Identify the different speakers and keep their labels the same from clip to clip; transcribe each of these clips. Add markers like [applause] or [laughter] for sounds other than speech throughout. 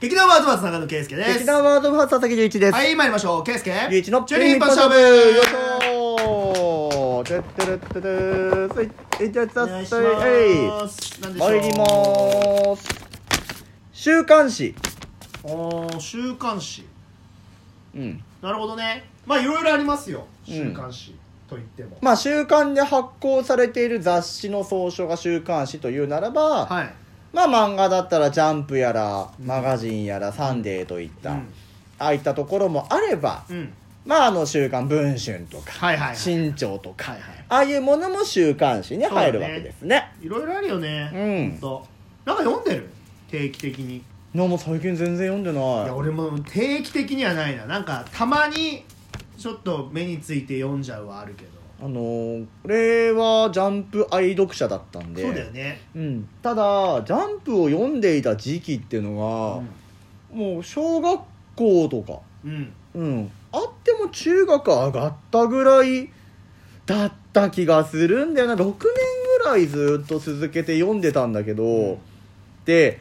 Speaker 1: 劇団ワードマンス長野圭介です
Speaker 2: 劇団ワードファース佐々木隆一です。
Speaker 1: はい参りましょう圭介
Speaker 2: 隆一の
Speaker 1: チュリン一本勝負
Speaker 2: よいしょー。てってれってれー。はい、いただき
Speaker 1: お
Speaker 2: ま
Speaker 1: 願いし
Speaker 2: す。は
Speaker 1: ます何
Speaker 2: い。
Speaker 1: でしょう
Speaker 2: 参りまーす。週刊誌。
Speaker 1: おー週刊誌
Speaker 2: うん。
Speaker 1: なるほどねまあいろいろありますよ
Speaker 2: うん
Speaker 1: 週刊誌といっても、
Speaker 2: まあ、週刊で発行されている雑誌の総称が週刊誌というならば、
Speaker 1: はい、
Speaker 2: まあ、漫画だったらジャンプやら、マガジンやら、サンデーといった、
Speaker 1: うん
Speaker 2: ああいったところもあれば、
Speaker 1: うん、
Speaker 2: まあ、あの、週刊文春とか、
Speaker 1: はいはいはい
Speaker 2: [laughs] 新潮とか、
Speaker 1: はいはい
Speaker 2: ああいうものも週刊誌に
Speaker 1: そうだね
Speaker 2: 入るわけですね。
Speaker 1: いろいろあるよね、
Speaker 2: うん
Speaker 1: ほとなんか読んでる定期的にい
Speaker 2: なんも最近全然読んでない。
Speaker 1: や俺も定期的にはないななんかたまにちょっと目について読んじゃうはあるけど
Speaker 2: あのー、これはジャンプ愛読者だったんで。
Speaker 1: そうだよね
Speaker 2: うん、ただジャンプを読んでいた時期っていうのが、もう小学校とか、
Speaker 1: うん
Speaker 2: うん、あっても中学上がったぐらいだった気がするんだよな6年ぐらいずっと続けて読んでたんだけど、
Speaker 1: うん
Speaker 2: で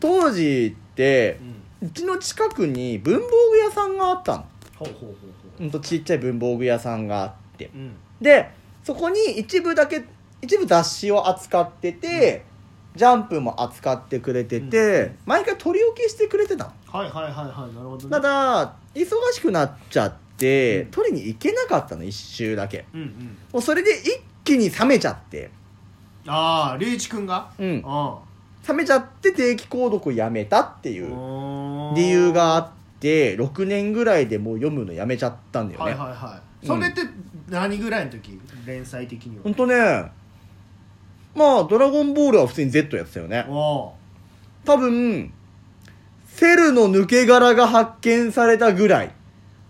Speaker 2: 当時って
Speaker 1: うん
Speaker 2: うちの近くに文房具屋さんがあったの
Speaker 1: ほうほうほうほ
Speaker 2: ほんとちっちゃい文房具屋さんがあって
Speaker 1: ううん
Speaker 2: でそこに一部だけ一部雑誌を扱ってて、ジャンプも扱ってくれてて、
Speaker 1: うん
Speaker 2: 毎回取り置きしてくれてたの
Speaker 1: はいはいはいはいなるほどね
Speaker 2: ただ忙しくなっちゃって、
Speaker 1: うん
Speaker 2: 取りに行けなかったの一周だけ
Speaker 1: うんうん
Speaker 2: もうそれで一気に冷めちゃって
Speaker 1: ああ隆一君が
Speaker 2: うん
Speaker 1: あ
Speaker 2: 冷めちゃって定期購読をやめたってい
Speaker 1: あ
Speaker 2: う
Speaker 1: おー
Speaker 2: 理由があって6年ぐらいでもう読むのやめちゃったんだよ
Speaker 1: は
Speaker 2: ね、
Speaker 1: いはいはいそれって何ぐらいの時連載的に
Speaker 2: ほん
Speaker 1: は
Speaker 2: とねまあ「ドラゴンボール」は普通に Z やってたよね
Speaker 1: おお
Speaker 2: 多分セルの抜け殻が発見されたぐらい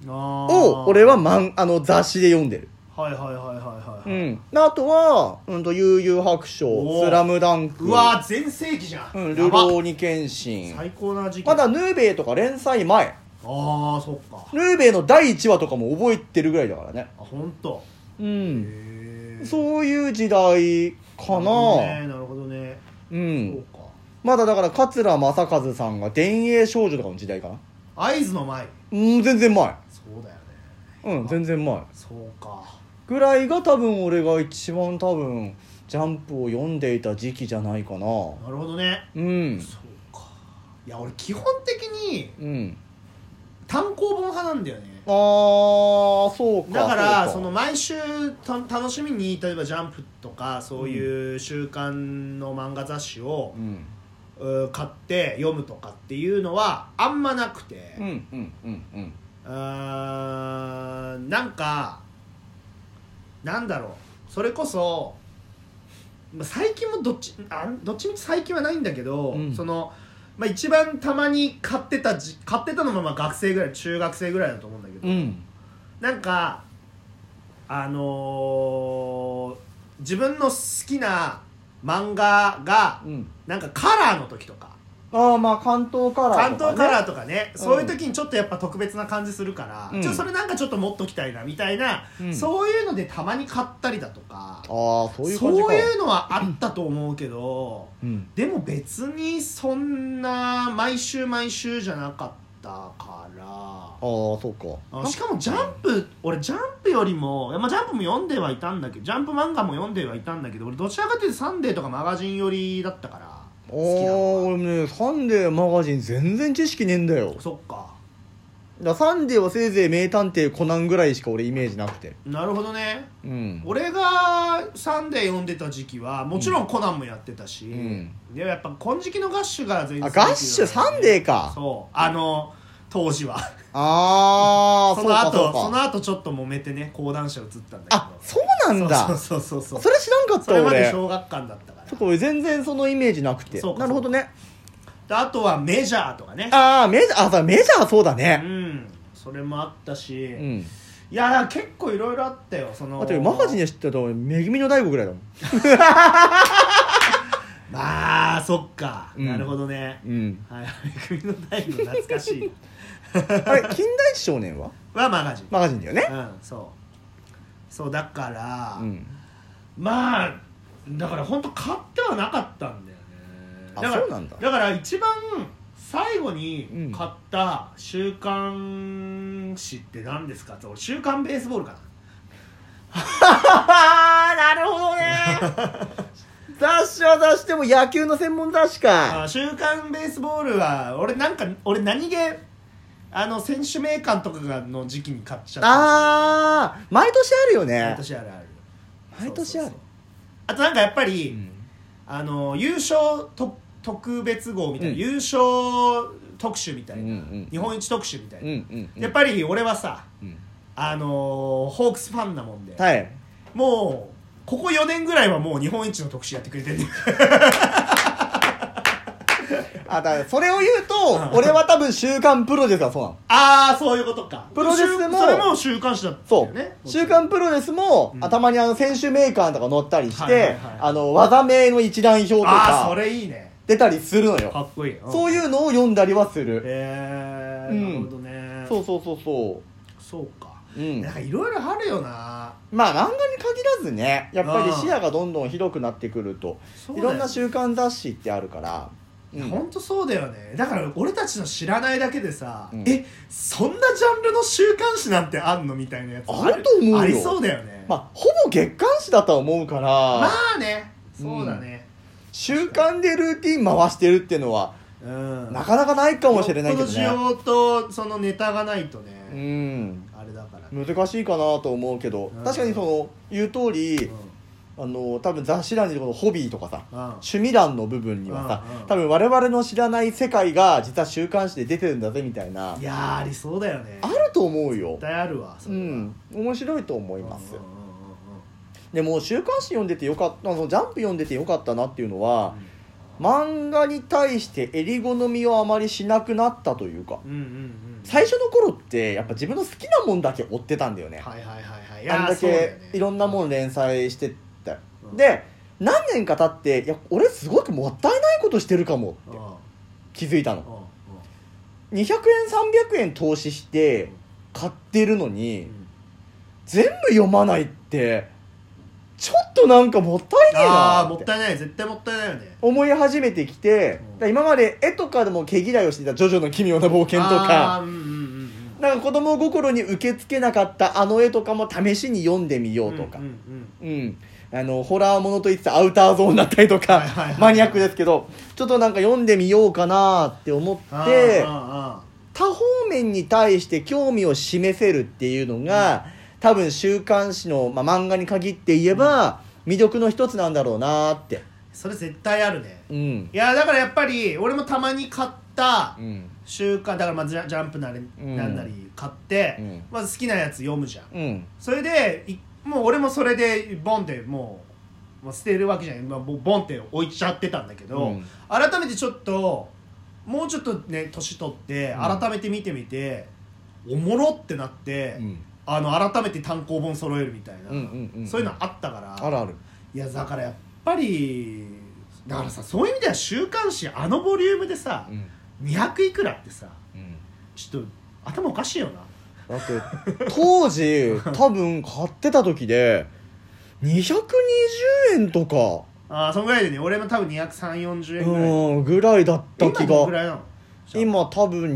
Speaker 1: ーあー
Speaker 2: を俺はマンあの雑誌で読んでる
Speaker 1: はいはいはいはいは
Speaker 2: う
Speaker 1: いはい
Speaker 2: ん、あとは「うん、と悠々白書」
Speaker 1: お
Speaker 2: 「
Speaker 1: ー
Speaker 2: スラムダンク」
Speaker 1: うわー全盛期じゃん
Speaker 2: うん、
Speaker 1: や
Speaker 2: ル
Speaker 1: ば
Speaker 2: ローニケンシン」
Speaker 1: 最高な時期
Speaker 2: まだヌーベイとか連載前
Speaker 1: ああそっか
Speaker 2: ヌーベイの第1話とかも覚えてるぐらいだからね
Speaker 1: あ本当。
Speaker 2: う
Speaker 1: へ
Speaker 2: ん
Speaker 1: え
Speaker 2: そういう時代かな
Speaker 1: なるほどね
Speaker 2: う
Speaker 1: なるほどね
Speaker 2: ん
Speaker 1: そうか
Speaker 2: まだだから桂正和さんが「伝影少女」とかの時代かな
Speaker 1: 合図の前
Speaker 2: うん全然前
Speaker 1: そうだよね
Speaker 2: うん全然前
Speaker 1: そうか
Speaker 2: ぐらいが多分俺が一番多分ジャンプを読んでいた時期じゃないかな
Speaker 1: なるほどね
Speaker 2: うん
Speaker 1: そうかいや俺基本的に
Speaker 2: うん
Speaker 1: 単行本派なんだよね
Speaker 2: あーそうか
Speaker 1: だから
Speaker 2: う
Speaker 1: その毎週た楽しみに例えば「ジャンプ」とかそういう週刊の漫画雑誌を
Speaker 2: う、ん
Speaker 1: うー買って読むとかっていうのはあんまなくて、
Speaker 2: うんうんうんうん
Speaker 1: うーんなんかなんだろうそれこそまあ最近もどっちあんどっちみち最近はないんだけど、
Speaker 2: うん
Speaker 1: その、まあ、一番たまに買ってたじ買ってたのもまあ学生ぐらい中学生ぐらいだと思うんだけど、
Speaker 2: うん
Speaker 1: なんかあのー自分の好きな漫画が
Speaker 2: うん
Speaker 1: なんかカラーの時とか
Speaker 2: ああまあ関東カラー
Speaker 1: 関
Speaker 2: とかね、
Speaker 1: 東カラーとかね
Speaker 2: うん
Speaker 1: そういう時にちょっとやっぱ特別な感じするから、
Speaker 2: うん
Speaker 1: ちょっとそれなんかちょっと持っときたいなみたいな、
Speaker 2: うん
Speaker 1: そういうのでたまに買ったりだとか
Speaker 2: ああそういう
Speaker 1: そ
Speaker 2: 感
Speaker 1: う
Speaker 2: じか
Speaker 1: いうのはあったと思うけど、
Speaker 2: うん
Speaker 1: でも別にそんな毎週毎週じゃなかったから。
Speaker 2: ああそうか
Speaker 1: あしかもジャンプ俺ジャンプよりも、まあ、ジャンプも読んではいたんだけどジャンプ漫画も読んではいたんだけど俺どちらかというと「サンデー」とかマガジン寄りだったから
Speaker 2: ああ
Speaker 1: 好きなの
Speaker 2: 俺ね「サンデー」マガジン全然知識ねえんだよ
Speaker 1: はそっか
Speaker 2: だからサンデーはせいぜい名探偵コナンぐらいしか俺イメージなくて
Speaker 1: なるほどね
Speaker 2: うん
Speaker 1: 俺が「サンデー」読んでた時期はもちろんコナンもやってたし、
Speaker 2: うん
Speaker 1: でやっぱ金色のガッシュが全
Speaker 2: あガッシュサンデ
Speaker 1: ー
Speaker 2: ーか
Speaker 1: そうあの当時は
Speaker 2: ああ
Speaker 1: そ
Speaker 2: そう
Speaker 1: の
Speaker 2: か
Speaker 1: 後
Speaker 2: そう
Speaker 1: そ
Speaker 2: か
Speaker 1: の後ちょっと揉めてね講談社移ったんだけど
Speaker 2: あそうなんだ
Speaker 1: そうそうそうそう
Speaker 2: それ知らんかっ
Speaker 1: そ
Speaker 2: た
Speaker 1: れまで
Speaker 2: 俺ちょ
Speaker 1: 小学館だったから
Speaker 2: っと俺全然そのイメージなくて
Speaker 1: そうか
Speaker 2: なるほどね
Speaker 1: であとはメジャーとかね
Speaker 2: ああメジャーあそうメジャーそうだ
Speaker 1: う
Speaker 2: ね
Speaker 1: んそれもあったし、
Speaker 2: う
Speaker 1: い
Speaker 2: ん
Speaker 1: や結構いろいろあったよその
Speaker 2: だってマガジンで知ってたのめぐみの大悟ぐらいだもん
Speaker 1: まあそっか、
Speaker 2: うん
Speaker 1: なるほどね、 [laughs]
Speaker 2: うん
Speaker 1: はいめぐみの大の懐かしい [laughs]
Speaker 2: あれ近代一少年は
Speaker 1: はマガジン
Speaker 2: マガジンだよね
Speaker 1: うんそうそうだから、
Speaker 2: うん
Speaker 1: まあだから本当買ってはなかったんだよね
Speaker 2: あ
Speaker 1: から
Speaker 2: そうなんだ
Speaker 1: から一番最後に
Speaker 2: うん
Speaker 1: 買った週刊誌って何ですかって俺「週刊ベースボール」かな
Speaker 2: あなるほどね [laughs] 雑誌は雑誌でも野球の専門雑誌か
Speaker 1: あ週刊ベースボールは俺なんか俺何気あの選手名鑑とかがの時期に買っちゃった
Speaker 2: あー毎年あるよね
Speaker 1: 毎年あるある
Speaker 2: 毎年
Speaker 1: そうそ
Speaker 2: ある
Speaker 1: うそうあとなんかやっぱり、
Speaker 2: うん
Speaker 1: あの優勝と特別号みたいな、
Speaker 2: うん
Speaker 1: 優勝特集みたいな、
Speaker 2: うんうん
Speaker 1: 日本一特集みたい
Speaker 2: うん
Speaker 1: な、
Speaker 2: うんうん
Speaker 1: やっぱり俺はさ
Speaker 2: うん
Speaker 1: あのーホークスファンなもんで、
Speaker 2: はい
Speaker 1: もうここ4年ぐらいはもう日本一の特集やってくれてる
Speaker 2: [laughs] あだからそれを言うと俺は多分「週刊プロデュース」はそうなの
Speaker 1: ああそういうことか
Speaker 2: プロレスでも
Speaker 1: それも週刊誌だった
Speaker 2: そ
Speaker 1: よ
Speaker 2: う、
Speaker 1: ね
Speaker 2: 週刊プロレスも、
Speaker 1: うん
Speaker 2: あたまにあの選手名鑑とか載ったりして、
Speaker 1: はいはいはい
Speaker 2: あの技名の一覧表と
Speaker 1: ああそ
Speaker 2: か
Speaker 1: れいいね
Speaker 2: 出たりするのよ
Speaker 1: かっこいい、ん
Speaker 2: そういうのを読んだりはする、
Speaker 1: へえ
Speaker 2: うん
Speaker 1: なるほどね
Speaker 2: そうそうそうそ
Speaker 1: そうか
Speaker 2: ううん
Speaker 1: なんかいろいろあるよな
Speaker 2: まあ漫画に限らずねやっぱり
Speaker 1: うん
Speaker 2: 視野がどんどん広くなってくると
Speaker 1: そう
Speaker 2: い
Speaker 1: だよ
Speaker 2: ろんな週刊雑誌ってあるから、うん
Speaker 1: ほんとそうだよねだから俺たちの知らないだけでさ、
Speaker 2: うん
Speaker 1: えそんなジャンルの週刊誌なんてあんのみたいなやつ
Speaker 2: あると思うよ
Speaker 1: ありそうだよね
Speaker 2: まあほぼ月刊誌だとは思うから、
Speaker 1: まあねそうだね
Speaker 2: 週刊でルーティン回してるっていうのは
Speaker 1: うん
Speaker 2: なかなかないかもしれないけど
Speaker 1: よっ
Speaker 2: ね
Speaker 1: ぽど需要とそのネタがないと
Speaker 2: う
Speaker 1: ね、
Speaker 2: ん
Speaker 1: あれだからね、
Speaker 2: 難しいかなと思うけど
Speaker 1: うん
Speaker 2: 確かにその言う通り
Speaker 1: うん
Speaker 2: あの多分雑誌欄にこのホビーとかさ
Speaker 1: うん
Speaker 2: 趣味欄の部分にはさ
Speaker 1: うんうん
Speaker 2: 多分我々の知らない世界が実は週刊誌で出てるんだぜみたいない
Speaker 1: やーありそうだよね
Speaker 2: あると思うよ
Speaker 1: 絶対あるわそうれは
Speaker 2: ん面白いと思います
Speaker 1: うんうん
Speaker 2: でも週刊誌読んでてよかったあのジャンプ読んでてよかったなっていうのは
Speaker 1: うん
Speaker 2: 漫画に対して襟好みをあまりしなくなったというか
Speaker 1: うんうんうんうん
Speaker 2: 最初の頃ってやっぱ自分の好きなもんだけ追ってたんだよね
Speaker 1: はいはいはいはいいや
Speaker 2: あんだ
Speaker 1: そうだ
Speaker 2: け
Speaker 1: よね
Speaker 2: いろんなもの連載してったよ
Speaker 1: うん
Speaker 2: で何年か経っていや俺すごくもったいないことしてるかもっ
Speaker 1: うん
Speaker 2: て
Speaker 1: うん
Speaker 2: 気づいたの
Speaker 1: うん
Speaker 2: 200円300円投資して買ってるの
Speaker 1: う
Speaker 2: に
Speaker 1: ん
Speaker 2: 全部読まないってちょっとなんかもったいねえ
Speaker 1: ああ
Speaker 2: な
Speaker 1: も
Speaker 2: っ
Speaker 1: ってたいない絶対もったいないよね
Speaker 2: 思い始めてきて
Speaker 1: うん
Speaker 2: だから今まで絵とかでも毛嫌いをしていた「ジョジョの奇妙な冒険」と
Speaker 1: あ
Speaker 2: か
Speaker 1: ーうんうんうんうん
Speaker 2: なんか子供心に受け付けなかったあの絵とかも試しに読んでみようとか
Speaker 1: うんうん
Speaker 2: うん、あのホラーものといってたアウターゾーンだったりとか、
Speaker 1: はいはいはい
Speaker 2: マニアックですけどちょっとなんか読んでみようかなって思
Speaker 1: あ
Speaker 2: っ
Speaker 1: ー
Speaker 2: て
Speaker 1: あ
Speaker 2: 多方面に対して興味を示せるっていうのが、多分週刊誌の、まあ、漫画に限って言えば、魅力の一つなんだろうなって
Speaker 1: ーそれ絶対あるね
Speaker 2: うん
Speaker 1: いやだからやっぱり俺もたまに買った
Speaker 2: うん
Speaker 1: 週刊だからまあジャジャンプなり
Speaker 2: うん
Speaker 1: なんなり買って、
Speaker 2: うん
Speaker 1: まず好きなやつ読むじゃん
Speaker 2: うん
Speaker 1: それでいもう俺もそれでボンってもうもう捨てるわけじゃない、まあ、もうボンって置いちゃってたんだけど、
Speaker 2: うん
Speaker 1: 改めてちょっともうちょっとね年取って
Speaker 2: うん
Speaker 1: 改めて見てみて、おもろってなって、
Speaker 2: うん
Speaker 1: あの改めて単行本揃えるみたいな、
Speaker 2: うんうんうんうん
Speaker 1: そういうのあったから
Speaker 2: あるある
Speaker 1: いやだからやっぱりだからさそういう意味では週刊誌あのボリュームでさ、
Speaker 2: ん
Speaker 1: 200いくらってさ
Speaker 2: うん
Speaker 1: ちょっと頭おかしいよな
Speaker 2: だって当時多分買ってた時で220円とか
Speaker 1: あーそんぐらいでね俺も多分23040円ぐらい
Speaker 2: うんぐらいだった気
Speaker 1: 今どんぐ
Speaker 2: が
Speaker 1: らいなの
Speaker 2: 今多分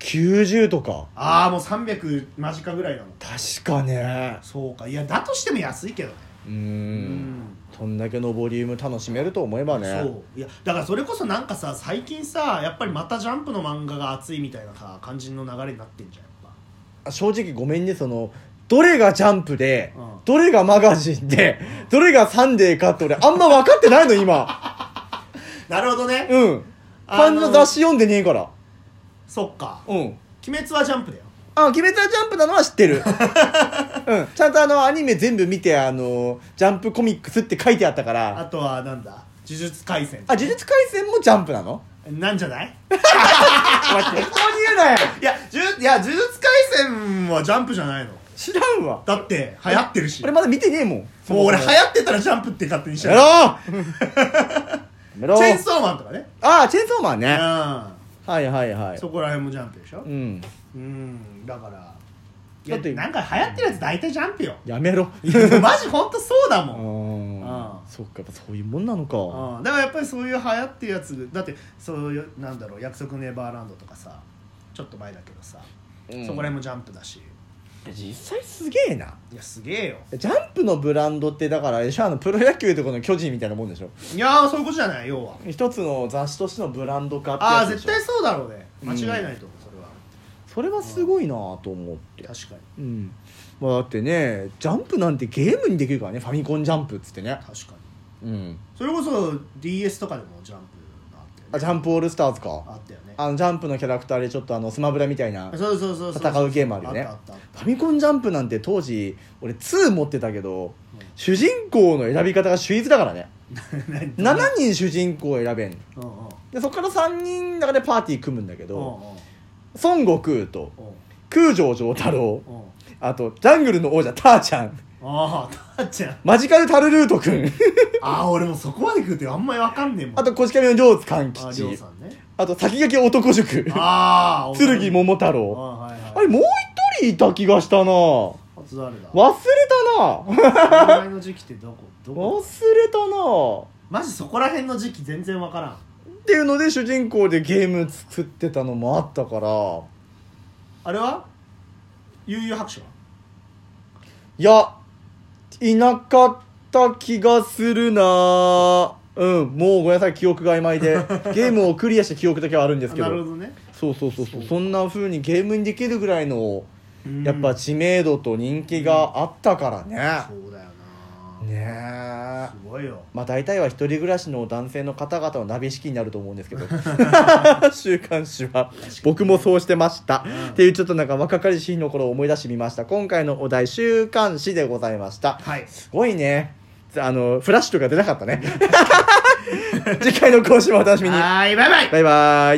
Speaker 2: 290とか
Speaker 1: ああもう300間近ぐらいなの
Speaker 2: 確かね
Speaker 1: そうかいやだとしても安いけどね
Speaker 2: う
Speaker 1: うん
Speaker 2: そんだけのボリューム楽しめると思えばね
Speaker 1: そういやだからそれこそなんかさ最近さやっぱりまた「ジャンプ」の漫画が熱いみたいなさ感じの流れになってんじゃんやっ
Speaker 2: 正直ごめんねそのどれがジャンプで、
Speaker 1: うん
Speaker 2: どれがマガジンでどれがサンデーかって俺あんま分かってないの今
Speaker 1: ぱなるほどね、
Speaker 2: うん
Speaker 1: あ
Speaker 2: 漢字
Speaker 1: の
Speaker 2: の雑誌読んでねえから
Speaker 1: そっか
Speaker 2: うん
Speaker 1: 「鬼滅はジャンプ」だよ
Speaker 2: あ、鬼滅はジャンプなのは知って [laughs] る。うん。ちゃんとあの、アニメ全部見て、あの、ジャンプコミックスって書いてあったか
Speaker 1: あ
Speaker 2: ら。あ、
Speaker 1: とはなんだ「呪術廻戦
Speaker 2: 呪術廻戦もジャンプなの」
Speaker 1: なんじゃない
Speaker 2: 待って、適当に言うなよ
Speaker 1: いや呪いや呪術廻戦はジャンプじゃないの
Speaker 2: 知らんわ。
Speaker 1: だって流行ってるし
Speaker 2: 俺まだ見てねえもん。
Speaker 1: もう俺流行
Speaker 2: や
Speaker 1: ってたらジャンプって勝手にしち
Speaker 2: めろ
Speaker 1: ゃう
Speaker 2: やめろ
Speaker 1: チェーンソーマンとかね
Speaker 2: あー、チェーンソーマンね。
Speaker 1: う
Speaker 2: はいはいは
Speaker 1: ん
Speaker 2: い
Speaker 1: そ。こら辺もジャンプでしょ
Speaker 2: うん。
Speaker 1: うんだからいや
Speaker 2: だって
Speaker 1: なんか流行ってるやつ大体ジャンプよ
Speaker 2: やめろ
Speaker 1: いやマジ本当そうだも、
Speaker 2: うんん
Speaker 1: うん
Speaker 2: そっかやっぱそういうもんなのか
Speaker 1: うんだからやっぱりそういう流行ってるやつだってそういうなんだろう「約束ネバーランド」とかさちょっと前だけどさ、
Speaker 2: うん
Speaker 1: そこら辺もジャンプだし
Speaker 2: 実際すげえない
Speaker 1: やすげえよ
Speaker 2: ジャンプのブランドってだからあれでしょあのプロ野球とかの巨人みたいなもんでしょ
Speaker 1: いやーそういうことじゃない要は
Speaker 2: 一つの雑誌としてのブランド化って
Speaker 1: ああ
Speaker 2: やつで
Speaker 1: 絶
Speaker 2: しょ
Speaker 1: 対そうだろうね間違いないと思う、それは
Speaker 2: それはすごいなと思って
Speaker 1: 確かに
Speaker 2: うんまあ、だってねジャンプなんてゲームにできるからねファミコンジャンプっつってね
Speaker 1: 確かに
Speaker 2: うん
Speaker 1: それこそ DS とかでもジャンプがあったよね
Speaker 2: あジャンプオールスターズ
Speaker 1: あ
Speaker 2: か
Speaker 1: ったよね
Speaker 2: あのジャンプのキャラクターでちょっとあのスマブラみたいなフ
Speaker 1: そうそうそうそう
Speaker 2: 戦うゲームあるよね
Speaker 1: あったあっ
Speaker 2: ァミコンジャンプなんて当時俺2持ってたけ
Speaker 1: う
Speaker 2: ど
Speaker 1: ん
Speaker 2: 主人公の選び方が秀逸だからね
Speaker 1: た [laughs] 何
Speaker 2: 7人主人公を選べん
Speaker 1: うんうんうん
Speaker 2: でそこから3人の中でパーティー組むんだけど
Speaker 1: うん
Speaker 2: 孫悟空と
Speaker 1: うん
Speaker 2: 空城城太郎
Speaker 1: うんうん
Speaker 2: あとジャングルの王者ターちゃん
Speaker 1: ああたっちゃん
Speaker 2: マジカルタルルートく
Speaker 1: [laughs]
Speaker 2: ん
Speaker 1: ああ俺もそこまで来るとあんまりわかんねえもん
Speaker 2: あとこち亀の両津勘
Speaker 1: ありょう
Speaker 2: 吉
Speaker 1: さんね
Speaker 2: あと先駆け男塾
Speaker 1: ああ
Speaker 2: [laughs] 剣
Speaker 1: も
Speaker 2: 桃太
Speaker 1: あ
Speaker 2: 郎
Speaker 1: あはいはい
Speaker 2: あれもう一人いた気がしたな忘
Speaker 1: あと誰だ
Speaker 2: れた
Speaker 1: [laughs]
Speaker 2: な
Speaker 1: お前の時期ってどこどこ
Speaker 2: 忘れたな
Speaker 1: マジそこら辺の時期全然わからん
Speaker 2: っていうので主人公でゲーム作ってたのもあったから
Speaker 1: あれは悠々白書はい
Speaker 2: やいなかった気がするなうんもうごめんなさい記憶が曖
Speaker 1: [laughs]
Speaker 2: 昧でゲームをクリアした記憶だけはあるんですけど
Speaker 1: なるほどね
Speaker 2: そうそうそうそう
Speaker 1: そう
Speaker 2: そんな風にゲームにできるぐらいの
Speaker 1: うん
Speaker 2: やっぱ知名度と人気があったから
Speaker 1: そ
Speaker 2: ね、
Speaker 1: うだよ
Speaker 2: ね
Speaker 1: な
Speaker 2: え
Speaker 1: すごいよ
Speaker 2: まあ大体は一人暮らしの男性の方々の鍋敷きになると思うんです
Speaker 1: [laughs]
Speaker 2: けど週刊誌は僕もそうしてました、
Speaker 1: うん
Speaker 2: っていうちょっとなんか若かりし日の頃を思い出してみました今回のお題週刊誌でございました
Speaker 1: はい
Speaker 2: すごいねあの
Speaker 1: [laughs]
Speaker 2: フラッシュとか出なかったね次回の更新もお楽しみに
Speaker 1: はーいバイバイ
Speaker 2: バイバイ